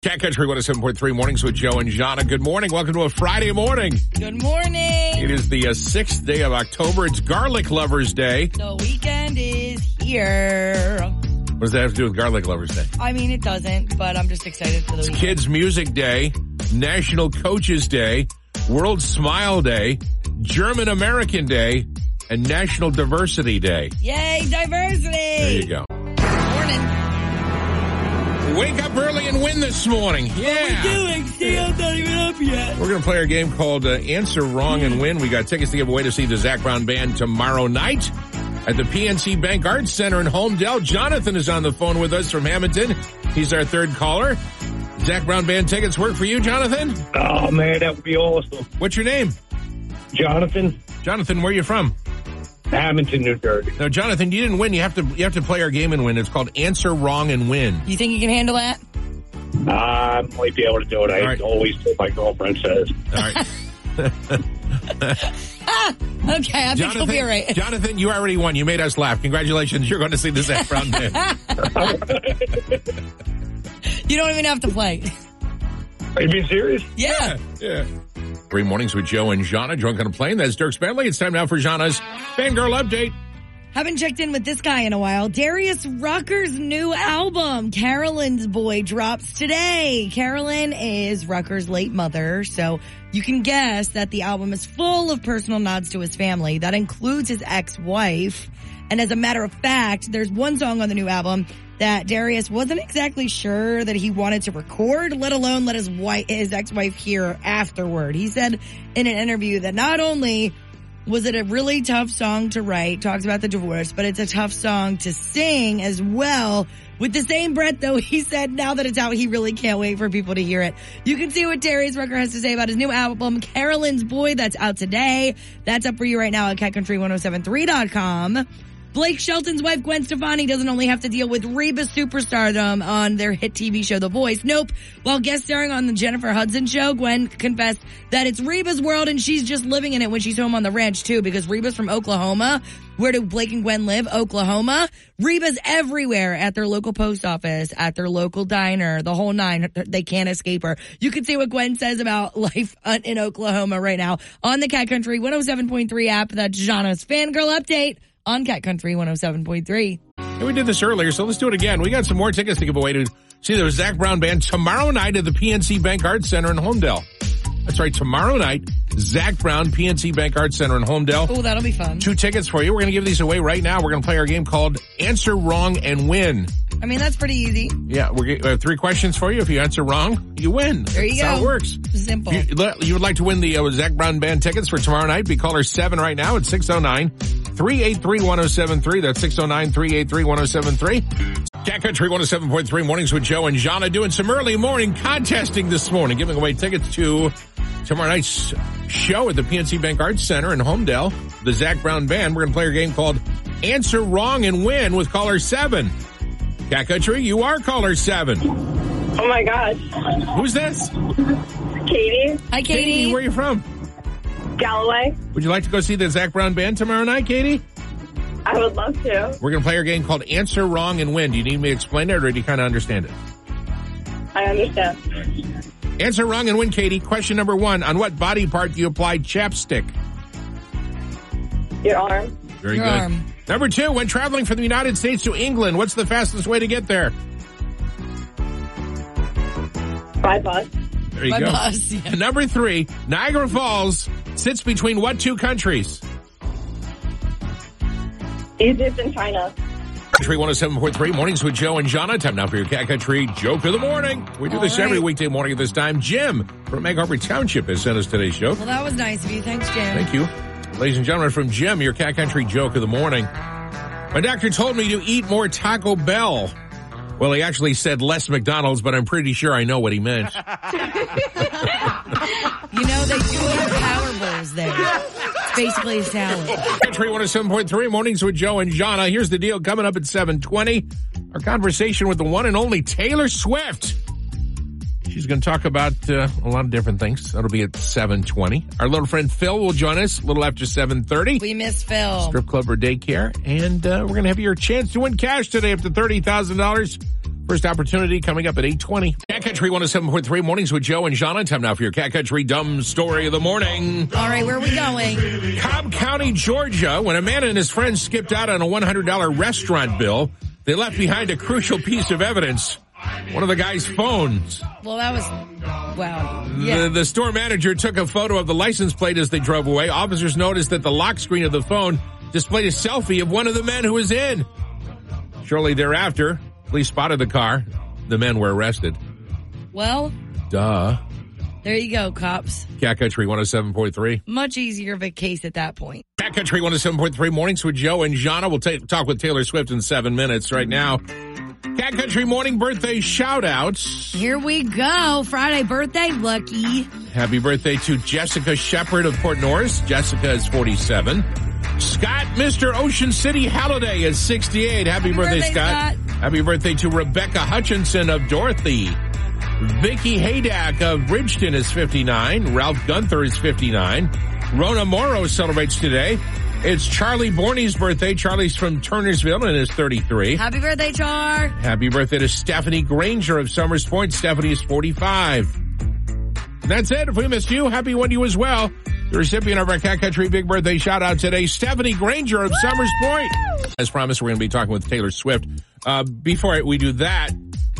Cat Country 107.3 Mornings with Joe and Jana. Good morning. Welcome to a Friday morning. Good morning. It is the uh, sixth day of October. It's Garlic Lovers Day. The weekend is here. What does that have to do with Garlic Lovers Day? I mean, it doesn't, but I'm just excited for the weekend. Kids Music Day, National Coaches Day, World Smile Day, German American Day, and National Diversity Day. Yay, There you diversity. go. Morning. Wake up early and win this morning. Yeah. Doing, see, I'm not even up yet. We're going to play our game called uh, Answer Wrong and Win. We got tickets to give away to see the Zach Brown Band tomorrow night at the PNC Bank Arts Center in Holmdel. Jonathan is on the phone with us from Hamilton. He's our third caller. Zach Brown Band tickets work for you, Jonathan? Oh man, that would be awesome. What's your name? Jonathan, Jonathan, where are you from? Hamilton, New Jersey. No, Jonathan, you didn't win. You have to you have to play our game and win. It's called Answer Wrong and Win. You think you can handle that? I might be able to do it. I All right. always do what my girlfriend says. All right. Okay, I think you'll be all right. Jonathan, you already won. You made us laugh. Congratulations. You're going to see the Zach Brown Band. You don't even have to play. Are you being serious? Yeah. Yeah. Three mornings with Joe and Jana, drunk on a plane. That's Dirk Bentley. It's time now for Jana's Fangirl Update. Haven't checked in with this guy in a while. Darius Rucker's new album, Carolyn's Boy, drops today. Carolyn is Rucker's late mother, so you can guess that the album is full of personal nods to his family. That includes his ex-wife. And as a matter of fact, there's one song on the new album that Darius wasn't exactly sure that he wanted to record, let alone let his wife, his ex-wife hear afterward. He said in an interview that not only was it a really tough song to write? Talks about the divorce, but it's a tough song to sing as well. With the same breath, though, he said now that it's out, he really can't wait for people to hear it. You can see what Darius Rucker has to say about his new album, Carolyn's Boy, that's out today. That's up for you right now at catcountry1073.com. Blake Shelton's wife, Gwen Stefani, doesn't only have to deal with Reba's superstardom on their hit TV show, The Voice. Nope. While guest starring on the Jennifer Hudson show, Gwen confessed that it's Reba's world and she's just living in it when she's home on the ranch too, because Reba's from Oklahoma. Where do Blake and Gwen live? Oklahoma. Reba's everywhere at their local post office, at their local diner, the whole nine. They can't escape her. You can see what Gwen says about life uh, in Oklahoma right now on the Cat Country 107.3 app. That's Jana's fangirl update on Cat Country 107.3. And we did this earlier, so let's do it again. We got some more tickets to give away to see the Zach Brown Band tomorrow night at the PNC Bank Arts Center in Holmdel. That's right, tomorrow night, Zach Brown, PNC Bank Arts Center in Holmdel. Oh, that'll be fun. Two tickets for you. We're going to give these away right now. We're going to play our game called Answer Wrong and Win. I mean, that's pretty easy. Yeah, we're g- uh, three questions for you. If you answer wrong, you win. There you That's how it go. works. Simple. If You, le- you would like to win the uh, Zach Brown Band tickets for tomorrow night? Be caller 7 right now at 609-383-1073. That's 609-383-1073. Cat Country 107.3 Mornings with Joe and Jana doing some early morning contesting this morning, giving away tickets to tomorrow night's show at the PNC Bank Arts Center in Homedale, the Zach Brown Band. We're going to play a game called Answer Wrong and Win with caller 7. Cat Country, you are caller 7. Oh my God, Who's this? Katie Hi, Katie, Katie. where are you from? Galloway. Would you like to go see the Zach Brown Band tomorrow night, Katie? I would love to. We're going to play our game called Answer Wrong and Win. Do you need me to explain it or do you kind of understand it? I understand. Answer Wrong and Win, Katie. Question number one. On what body part do you apply chapstick? Your arm, Very Your good. arm. Number two. When traveling from the United States to England, what's the fastest way to get there? my bus, There you My go. boss. Yeah. Number three. Niagara Falls sits between what two countries? Egypt and China. Country 107.3 Mornings with Joe and Jana. Time now for your Cat Country Joke of the Morning. We do All this every right. weekday morning at this time. Jim from Egg Harbor Township has sent us today's joke. Well, that was nice of you. Thanks, Jim. Thank you. Ladies and gentlemen, from Jim, your Cat Country Joke of the Morning. My doctor told me to eat more Taco Bell. Well, he actually said less McDonald's, but I'm pretty sure I know what he meant. You know, they do have power bowls there. It's basically a salad. Country 107.3 Mornings with Joe and Jana. Here's the deal coming up at 720. Our conversation with the one and only Taylor Swift. She's going to talk about uh, a lot of different things. That'll be at 720. Our little friend Phil will join us a little after 730. We miss Phil. strip club or daycare. And uh, we're going to have your chance to win cash today up to $30,000 First opportunity coming up at 820. Cat Country 107.3 Mornings with Joe and Jonna. Time now for your Cat Country Dumb Story of the Morning. All right, where are we going? Cobb County, Georgia, when a man and his friends skipped out on a $100 restaurant bill, they left behind a crucial piece of evidence. One of the guy's phones. Well, that was wow. The, Yeah. the store manager took a photo of the license plate as they drove away. Officers noticed that the lock screen of the phone displayed a selfie of one of the men who was in. Shortly thereafter, police spotted the car. The men were arrested. Well, Duh. there you go, cops. Cat Country 107.3. Much easier of a case at that point. Cat Country 107.3 Mornings with Joe and Jana. We'll ta- talk with Taylor Swift in seven minutes right now. Cat Country Morning Birthday Shout Outs. Here we go. Friday birthday, lucky. Happy birthday to Jessica Shepherd of Port Norris. Jessica is 47. Scott, Mr. Ocean City Halliday is 68. Happy, birthday, birthday, Scott. Happy birthday to Rebecca Hutchinson of Dorothy. Vicky Haydack of Bridgeton is 59. Ralph Gunther is 59. Rona Morrow celebrates today. It's Charlie Borney's birthday. Charlie's from Turnersville and is 33. Happy birthday, Char. Happy birthday to Stephanie Granger of Summers Point. Stephanie is 45. And that's it. If we missed you, happy one to you as well. The recipient of our Cat Country Big Birthday shout out today, Stephanie Granger of Summers Point. As promised, we're going to be talking with Taylor Swift. Uh, before we do that,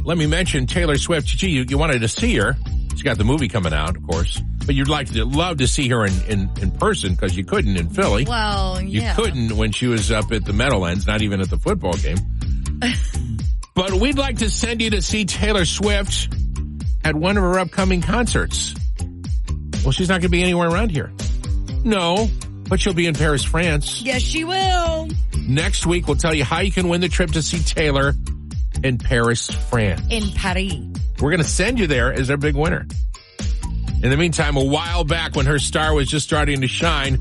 let me mention Taylor Swift. Gee, you, you wanted to see her. She's got the movie coming out, of course, but you'd like to love to see her in, in, in person because you couldn't in Philly. Well, You yeah. couldn't when she was up at the Meadowlands, not even at the football game. but we'd like to send you to see Taylor Swift at one of her upcoming concerts. Well, she's not going to be anywhere around here. No, but she'll be in Paris, France. Yes, she will. Next week, we'll tell you how you can win the trip to see Taylor in Paris, France. In Paris. We're going to send you there as our big winner. In the meantime, a while back when her star was just starting to shine,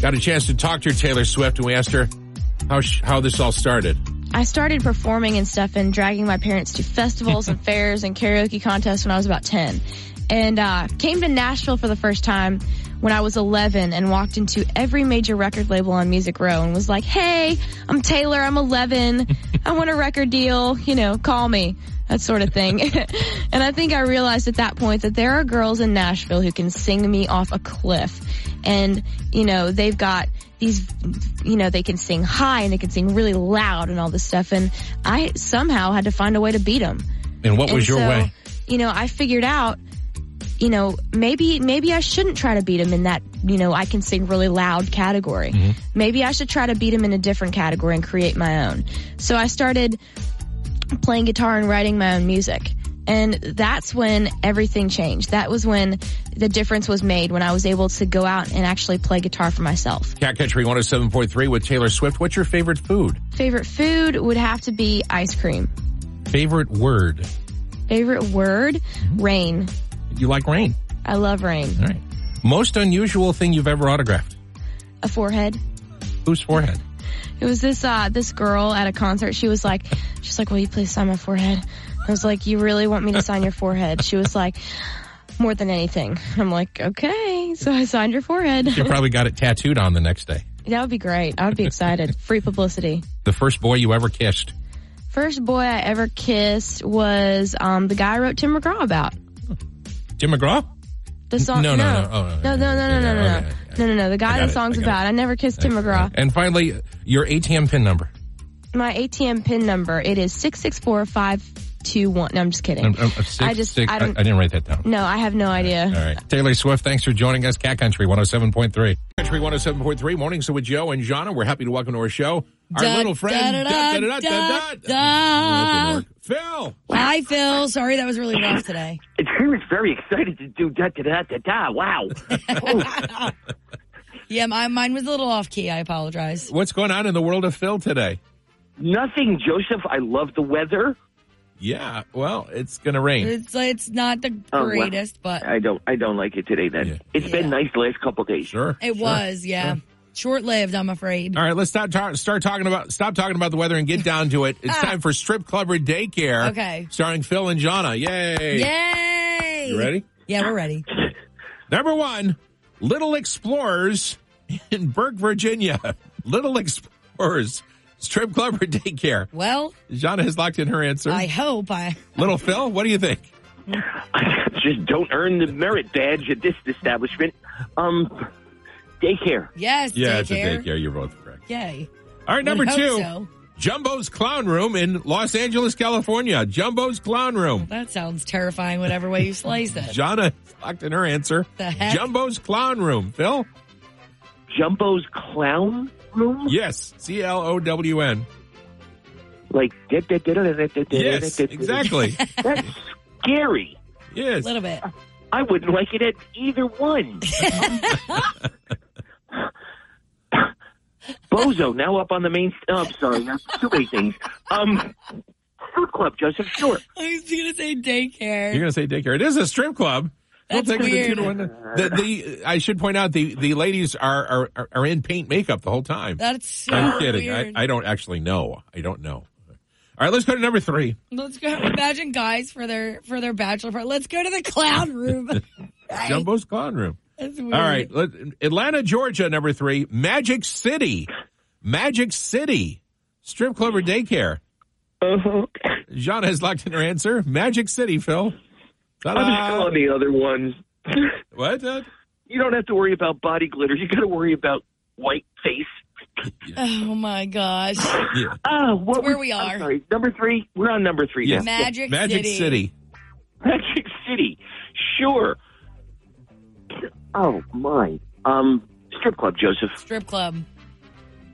got a chance to talk to her, Taylor Swift, and we asked her how sh- how this all started. I started performing and stuff and dragging my parents to festivals and fairs and karaoke contests when I was about 10. And uh, came to Nashville for the first time when I was 11 and walked into every major record label on Music Row and was like, hey, I'm Taylor, I'm 11, I want a record deal, you know, call me, that sort of thing. and I think I realized at that point that there are girls in Nashville who can sing me off a cliff. And, you know, they've got these you know they can sing high and they can sing really loud and all this stuff and i somehow had to find a way to beat them And what was and your so, way? you know i figured out you know maybe maybe i shouldn't try to beat them in that you know i can sing really loud category Mm-hmm. maybe i should try to beat them in a different category and create my own so i started playing guitar and writing my own music and that's when everything changed that was when the difference was made when i was able to go out and actually play guitar for myself Cat Country 107.3 with Taylor Swift. What's your favorite food? Favorite food would have to be ice cream. Favorite word? Favorite word? Mm-hmm. Rain. You like rain. I love rain. All right. Most unusual thing you've ever autographed? A forehead. Whose forehead? It was this uh this girl at a concert. She was like, she's like, "Will you please sign my forehead?" I was like, "You really want me to sign your forehead?" She was like, "More than anything." I'm like, "Okay." So I signed your forehead. You probably got it tattooed on the next day. that would be great. I would be excited. Free publicity. The first boy you ever kissed. First boy I ever kissed was um the guy I wrote Tim McGraw about. Jim McGraw? The song. no, No, no, no. Oh, no, no, no, no, yeah, no, no, no, okay, I- no, no, no. The I got guy the it, song's I got about. it. I never kissed Tim McGraw. And finally, your ATM pin number. My ATM pin number. It is six six four five two one. No, I'm just kidding. Um, um, six- I just. six- I don't. didn't write that down. no, I have no idea. All right. Taylor Swift, thanks for joining us. Cat Country 107.3. Country 107.3, mornings with Joe and Jonna. We're happy to welcome to our show our Da- little friend, da- da- da- da- da- da- da- da- da. That didn't work. Phil. Hi, Phil. Sorry that was really rough today. He was very excited to do da da da da da. Wow. Yeah, my, mine was a little off key. I apologize. What's going on in the world of Phil today? Nothing, Joseph. I love the weather. Yeah, well, it's going to rain. It's it's not the Oh, wow. greatest, but I don't. I don't like it today. Then Yeah. it's Yeah. been nice the last couple days. Sure. it sure. was, yeah. Short lived, I'm afraid. All right, let's stop tar- start talking about stop talking about the weather and get down to it. It's Ah. time for Strip Club or Daycare. Okay. Starring Phil and Jonna. Yay. Yay! You ready? Yeah, we're ready. Number one, Little Explorers in Burke, Virginia. Little Explorers Strip club or daycare? Well, Jana has locked in her answer. I hope I. Little Phil, what do you think? Just don't earn the merit badge at this establishment. Um, daycare. Yes, Yeah, it's a daycare. daycare. You're both correct. Yay. All right, number Would hope two, so. Jumbo's Clown Room in Los Angeles, California. Jumbo's Clown Room. That sounds terrifying, whatever way you slice it. Jana locked in her answer. The heck? Jumbo's Clown Room. Phil? Jumbo's clown room. Yes. C L O W N. Like Yes, yes, exactly. That's scary. A yes. little bit. I wouldn't like it at either one. Bozo now up on the main. Oh, I'm sorry, that's too many things. Um, food club, Joseph. Sure. I was going to say You're daycare. going to say daycare. It is a strip club. That's we'll take it to two weird. to one. The, the, I should point out the, the ladies are, are, are- are in paint makeup the whole time. That's so I'm kidding. weird. I, I don't actually know. I don't know. All right, let's go to number three. Let's go. Imagine guys for their for their bachelor party. Let's go to the clown room. Right? Jumbo's Clown Room. That's weird. All right. Let, Atlanta, Georgia, number three. Magic City. Magic City. Strip club or Mm. daycare? Uh-huh. Jean has locked in her answer. Magic City, Phil. I'm Ta-da. still on the other ones. What? Uh, You don't have to worry about body glitter. You got to worry about white face. Oh my gosh. yeah. Ah, what It's where was- we I'm are. sorry, number three. We're on number three. Yes. now. Magic Magic City. City. Magic City. Sure. Oh my. Um, strip club, Joseph. Strip club.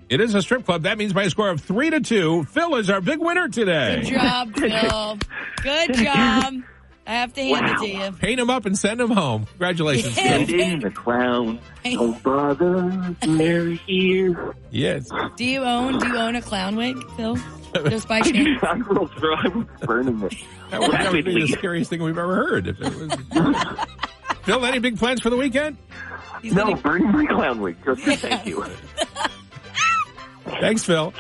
It is a strip club. That means by a score of three to two, Phil is our big winner Good today. job, Phil. Good job. I have to hand it to Wow. you. Paint him up and send him home. Congratulations, Yeah. Phil. And in the clown. Don't bother. They're here. Yes. Do you own do you own a clown wig, Phil? Just by I chance. just- I will throw. I'm burning it. That would, that would be the Rapidly. scariest thing we've ever heard. If it was... Phil, any big plans for the weekend? He's No, gonna- burning my clown wig, Joseph. Thank you. Thanks, Phil.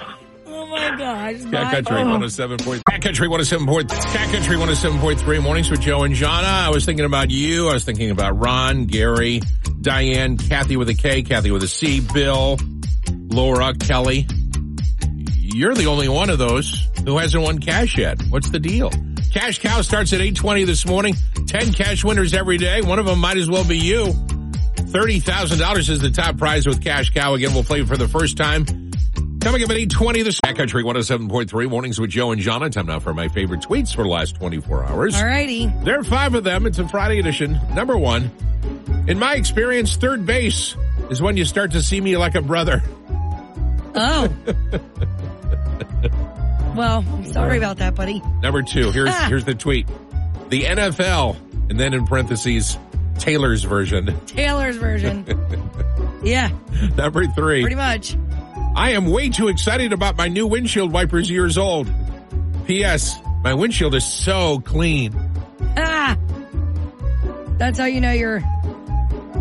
oh my gosh. Cat My Country 107.3. Cat Country 107.3. Cat Country 107.3. Mornings with Joe and Jana. I was thinking about you. I was thinking about Ron, Gary, Diane, Kathy with a K, Kathy with a C, Bill, Laura, Kelly. You're the only one of those who hasn't won cash yet. What's the deal? Cash Cow starts at 820 this morning. 10 cash winners every day. One of them might as well be you. $30,000 is the top prize with Cash Cow. Again, we'll play for the first time Coming up at 820 this Country 107.3 Mornings with Joe and Jonna. Time now for my favorite tweets for the last 24 hours. Alrighty. There are five of them. It's a Friday edition. Number one. In my experience, third base is when you start to see me like a brother. Oh. Well, I'm sorry about that, buddy. Number two. Here's, Ah. here's the tweet. The NFL and then in parentheses, Taylor's version. Taylor's version. Yeah, Number pretty three. much. I am way too excited about my new windshield wipers years old. P.S. My windshield is so clean. Ah. That's how you know you're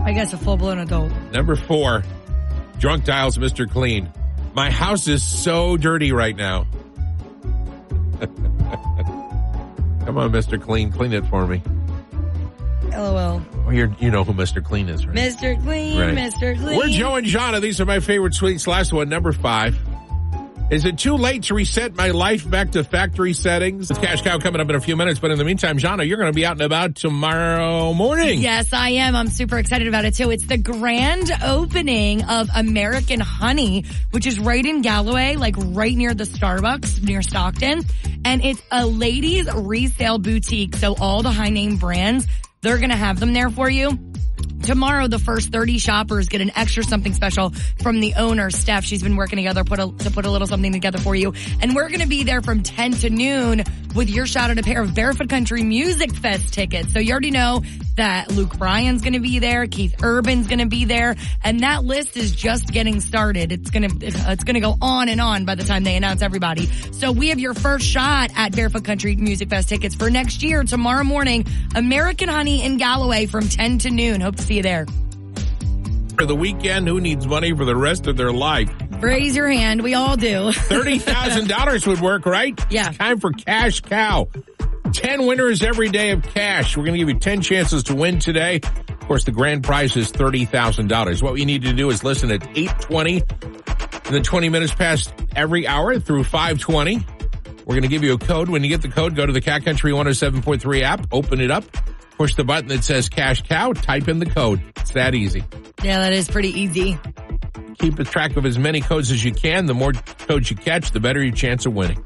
I guess a full blown adult. Number four, drunk dials Mr. Clean. My house is so dirty right now. Come on, Mr. Clean, clean it for me. LOL. Well, you're, you know who Mr. Clean is, right? Mr. Clean, Right. Mr. Clean. We're Joe and Jonna. These are my favorite sweets. Last one, number five. Is it too late to reset my life back to factory settings? It's Cash Cow coming up in a few minutes, but in the meantime, Jonna, you're going to be out and about tomorrow morning. Yes, I am. I'm super excited about it too. It's the grand opening of American Honey, which is right in Galloway, like right near the Starbucks near Stockton. And it's a ladies resale boutique. So all the high name brands, they're going to have them there for you. Tomorrow, the first 30 shoppers get an extra something special from the owner, Steph. She's been working together put a, to put a little something together for you. And we're going to be there from 10 to noon with your shot at a pair of Barefoot Country Music Fest tickets. So you already know that Luke Bryan's going to be there. Keith Urban's going to be there. And that list is just getting started. It's going to, it's going to go on and on by the time they announce everybody. So we have your first shot at Barefoot Country Music Fest tickets for next year tomorrow morning. American Honey in Galloway from 10 to noon. Hope to see you there. For the weekend, who needs money for the rest of their life? Raise your hand. We all do. Thirty thousand dollars would work, right? Yeah. It's time for cash cow. Ten winners every day of cash. We're going to give you ten chances to win today. Of course, the grand prize is thirty thousand dollars. What you need to do is listen at eight twenty And then 20 minutes past every hour through 520. We're going to give you a code. When you get the code, go to the Cat Country 107.3 app, open it up, push the button that says Cash Cow, type in the code. It's that easy. Yeah, that is pretty easy. Keep a track of as many codes as you can. The more codes you catch, the better your chance of winning.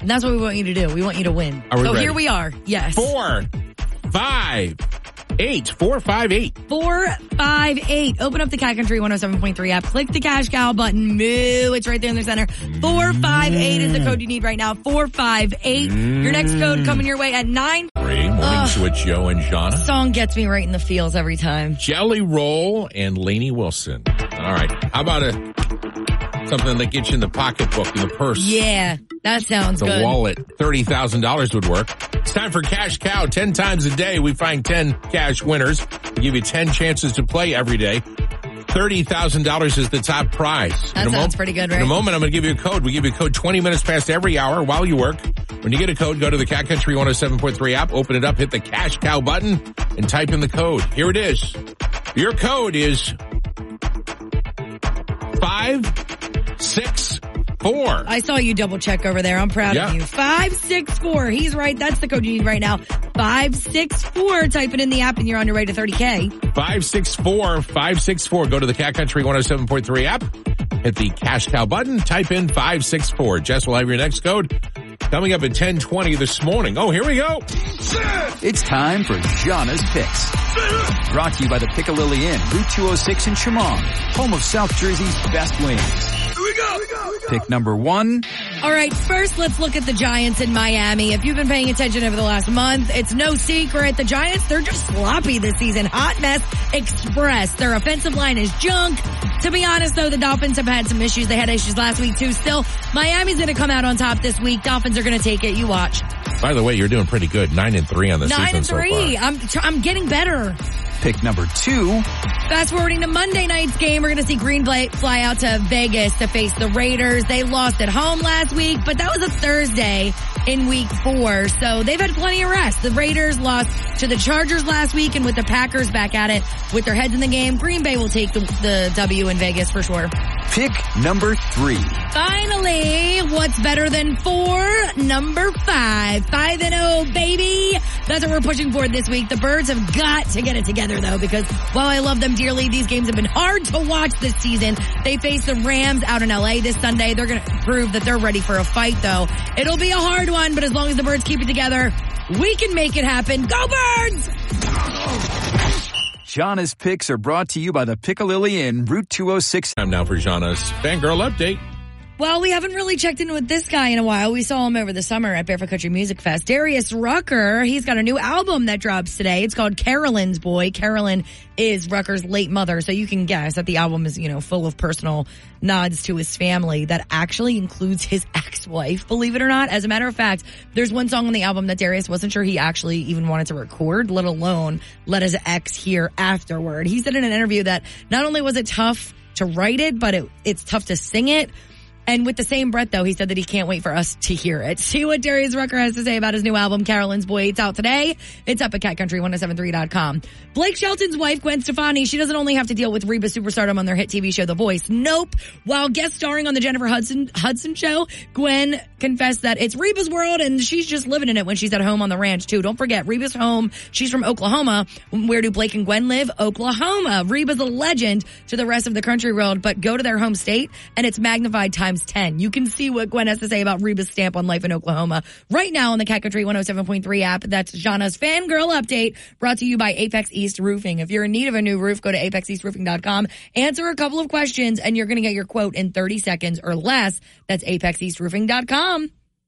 And that's what we want you to do. We want you to win. Are we so ready? here we are. Yes. Four, five, eight, four, five, eight. Four, five, eight. Open up the Cat Country 107.3 app. Click the Cash Cow button. Moo. It's right there in the center. Four, five, eight is the code you need right now. Four, five, eight. Your next code coming your way at nine. Three, morning Ugh. switch, Joe and Shauna. Song gets me right in the feels every time. Jelly Roll and Laney Wilson. All right. How about a something that gets you in the pocketbook, in the purse, Yeah, that sounds the good. wallet? Thirty thousand dollars would work. It's time for Cash Cow. Ten times a day, we find ten cash winners. We give you ten chances to play every day. Thirty thousand dollars is the top prize. That In a sounds pretty good, In a right? moment, I'm going to give you a code. We give you a code 20 minutes past every hour while you work. When you get a code, go to the Cat Country 107.3 app, open it up, hit the cash cow button, and type in the code. Here it is. Your code is five, six, four. I saw you double check over there. I'm proud Yeah. of you. Five six four. He's right. That's the code you need right now. Five six four. Type it in the app and you're on your way to 30k. Five six four five six four. Go to the Cat Country 107.3 app. Hit the cash cow button. Type in 564. Jess will have your next code coming up at 1020 this morning. Oh, here we go. It's time for Jana's Picks. Brought to you by the Pickalilly Inn, Route 206 in Chemung, home of South Jersey's best wings. Here we go! Pick number one. All right. First, let's look at the Giants in Miami. If you've been paying attention over the last month, it's no secret. The Giants, they're just sloppy this season. Hot mess express. Their offensive line is junk. To be honest though, the Dolphins have had some issues. They had issues last week too. Still, Miami's going to come out on top this week. Dolphins are going to take it. You watch. By the way, you're doing pretty good. Nine and three on the Nine season and three. so I'm tr- I'm getting better. Pick number two. Fast forwarding to Monday night's game, we're going to see Green Bay fly out to Vegas to face the Raiders. They lost at home last week, but that was a Thursday in week four. So they've had plenty of rest. The Raiders lost to the Chargers last week and with the Packers back at it with their heads in the game, Green Bay will take the, the W in Vegas for sure. Pick number three. Finally, what's better than four? Number five. Five and oh, baby. That's what we're pushing for this week. The birds have got to get it together though, because while I love them dearly, these games have been hard to watch this season. They face the Rams out in LA this Sunday. They're going to prove that they're ready for a fight though. It'll be a hard one, but as long as the birds keep it together, we can make it happen. Go birds! Jana's Picks are brought to you by the Pickalilly Inn, Route 206. Time now for Jana's fangirl update. Well, we haven't really checked in with this guy in a while. We saw him over the summer at Barefoot Country Music Fest. Darius Rucker, he's got a new album that drops today. It's called Carolyn's Boy. Carolyn is Rucker's late mother, so you can guess that the album is, you know, full of personal nods to his family that actually includes his ex-wife, believe it or not. As a matter of fact, there's one song on the album that Darius wasn't sure he actually even wanted to record, let alone let his ex hear afterward. He said in an interview that not only was it tough to write it, but it, it's tough to sing it. And with the same breath, though, he said that he can't wait for us to hear it. See what Darius Rucker has to say about his new album, Carolyn's Boy. It's out today. It's up at catcountry1073.com. Blake Shelton's wife, Gwen Stefani, she doesn't only have to deal with Reba Superstardom on their hit TV show, The Voice. Nope. While guest starring on the Jennifer Hudson, Hudson show, Gwen confessed that it's Reba's world and she's just living in it when she's at home on the ranch, too. Don't forget, Reba's home. She's from Oklahoma. Where do Blake and Gwen live? Oklahoma. Reba's a legend to the rest of the country world, but go to their home state and it's magnified times 10. You can see what Gwen has to say about Reba's stamp on life in Oklahoma right now on the oh Cat Country 107.3 app. That's Jana's fangirl update brought to you by Apex East Roofing. If you're in need of a new roof, go to apexeastroofing.com, answer a couple of questions, and you're going to get your quote in 30 seconds or less. That's apexeastroofing.com.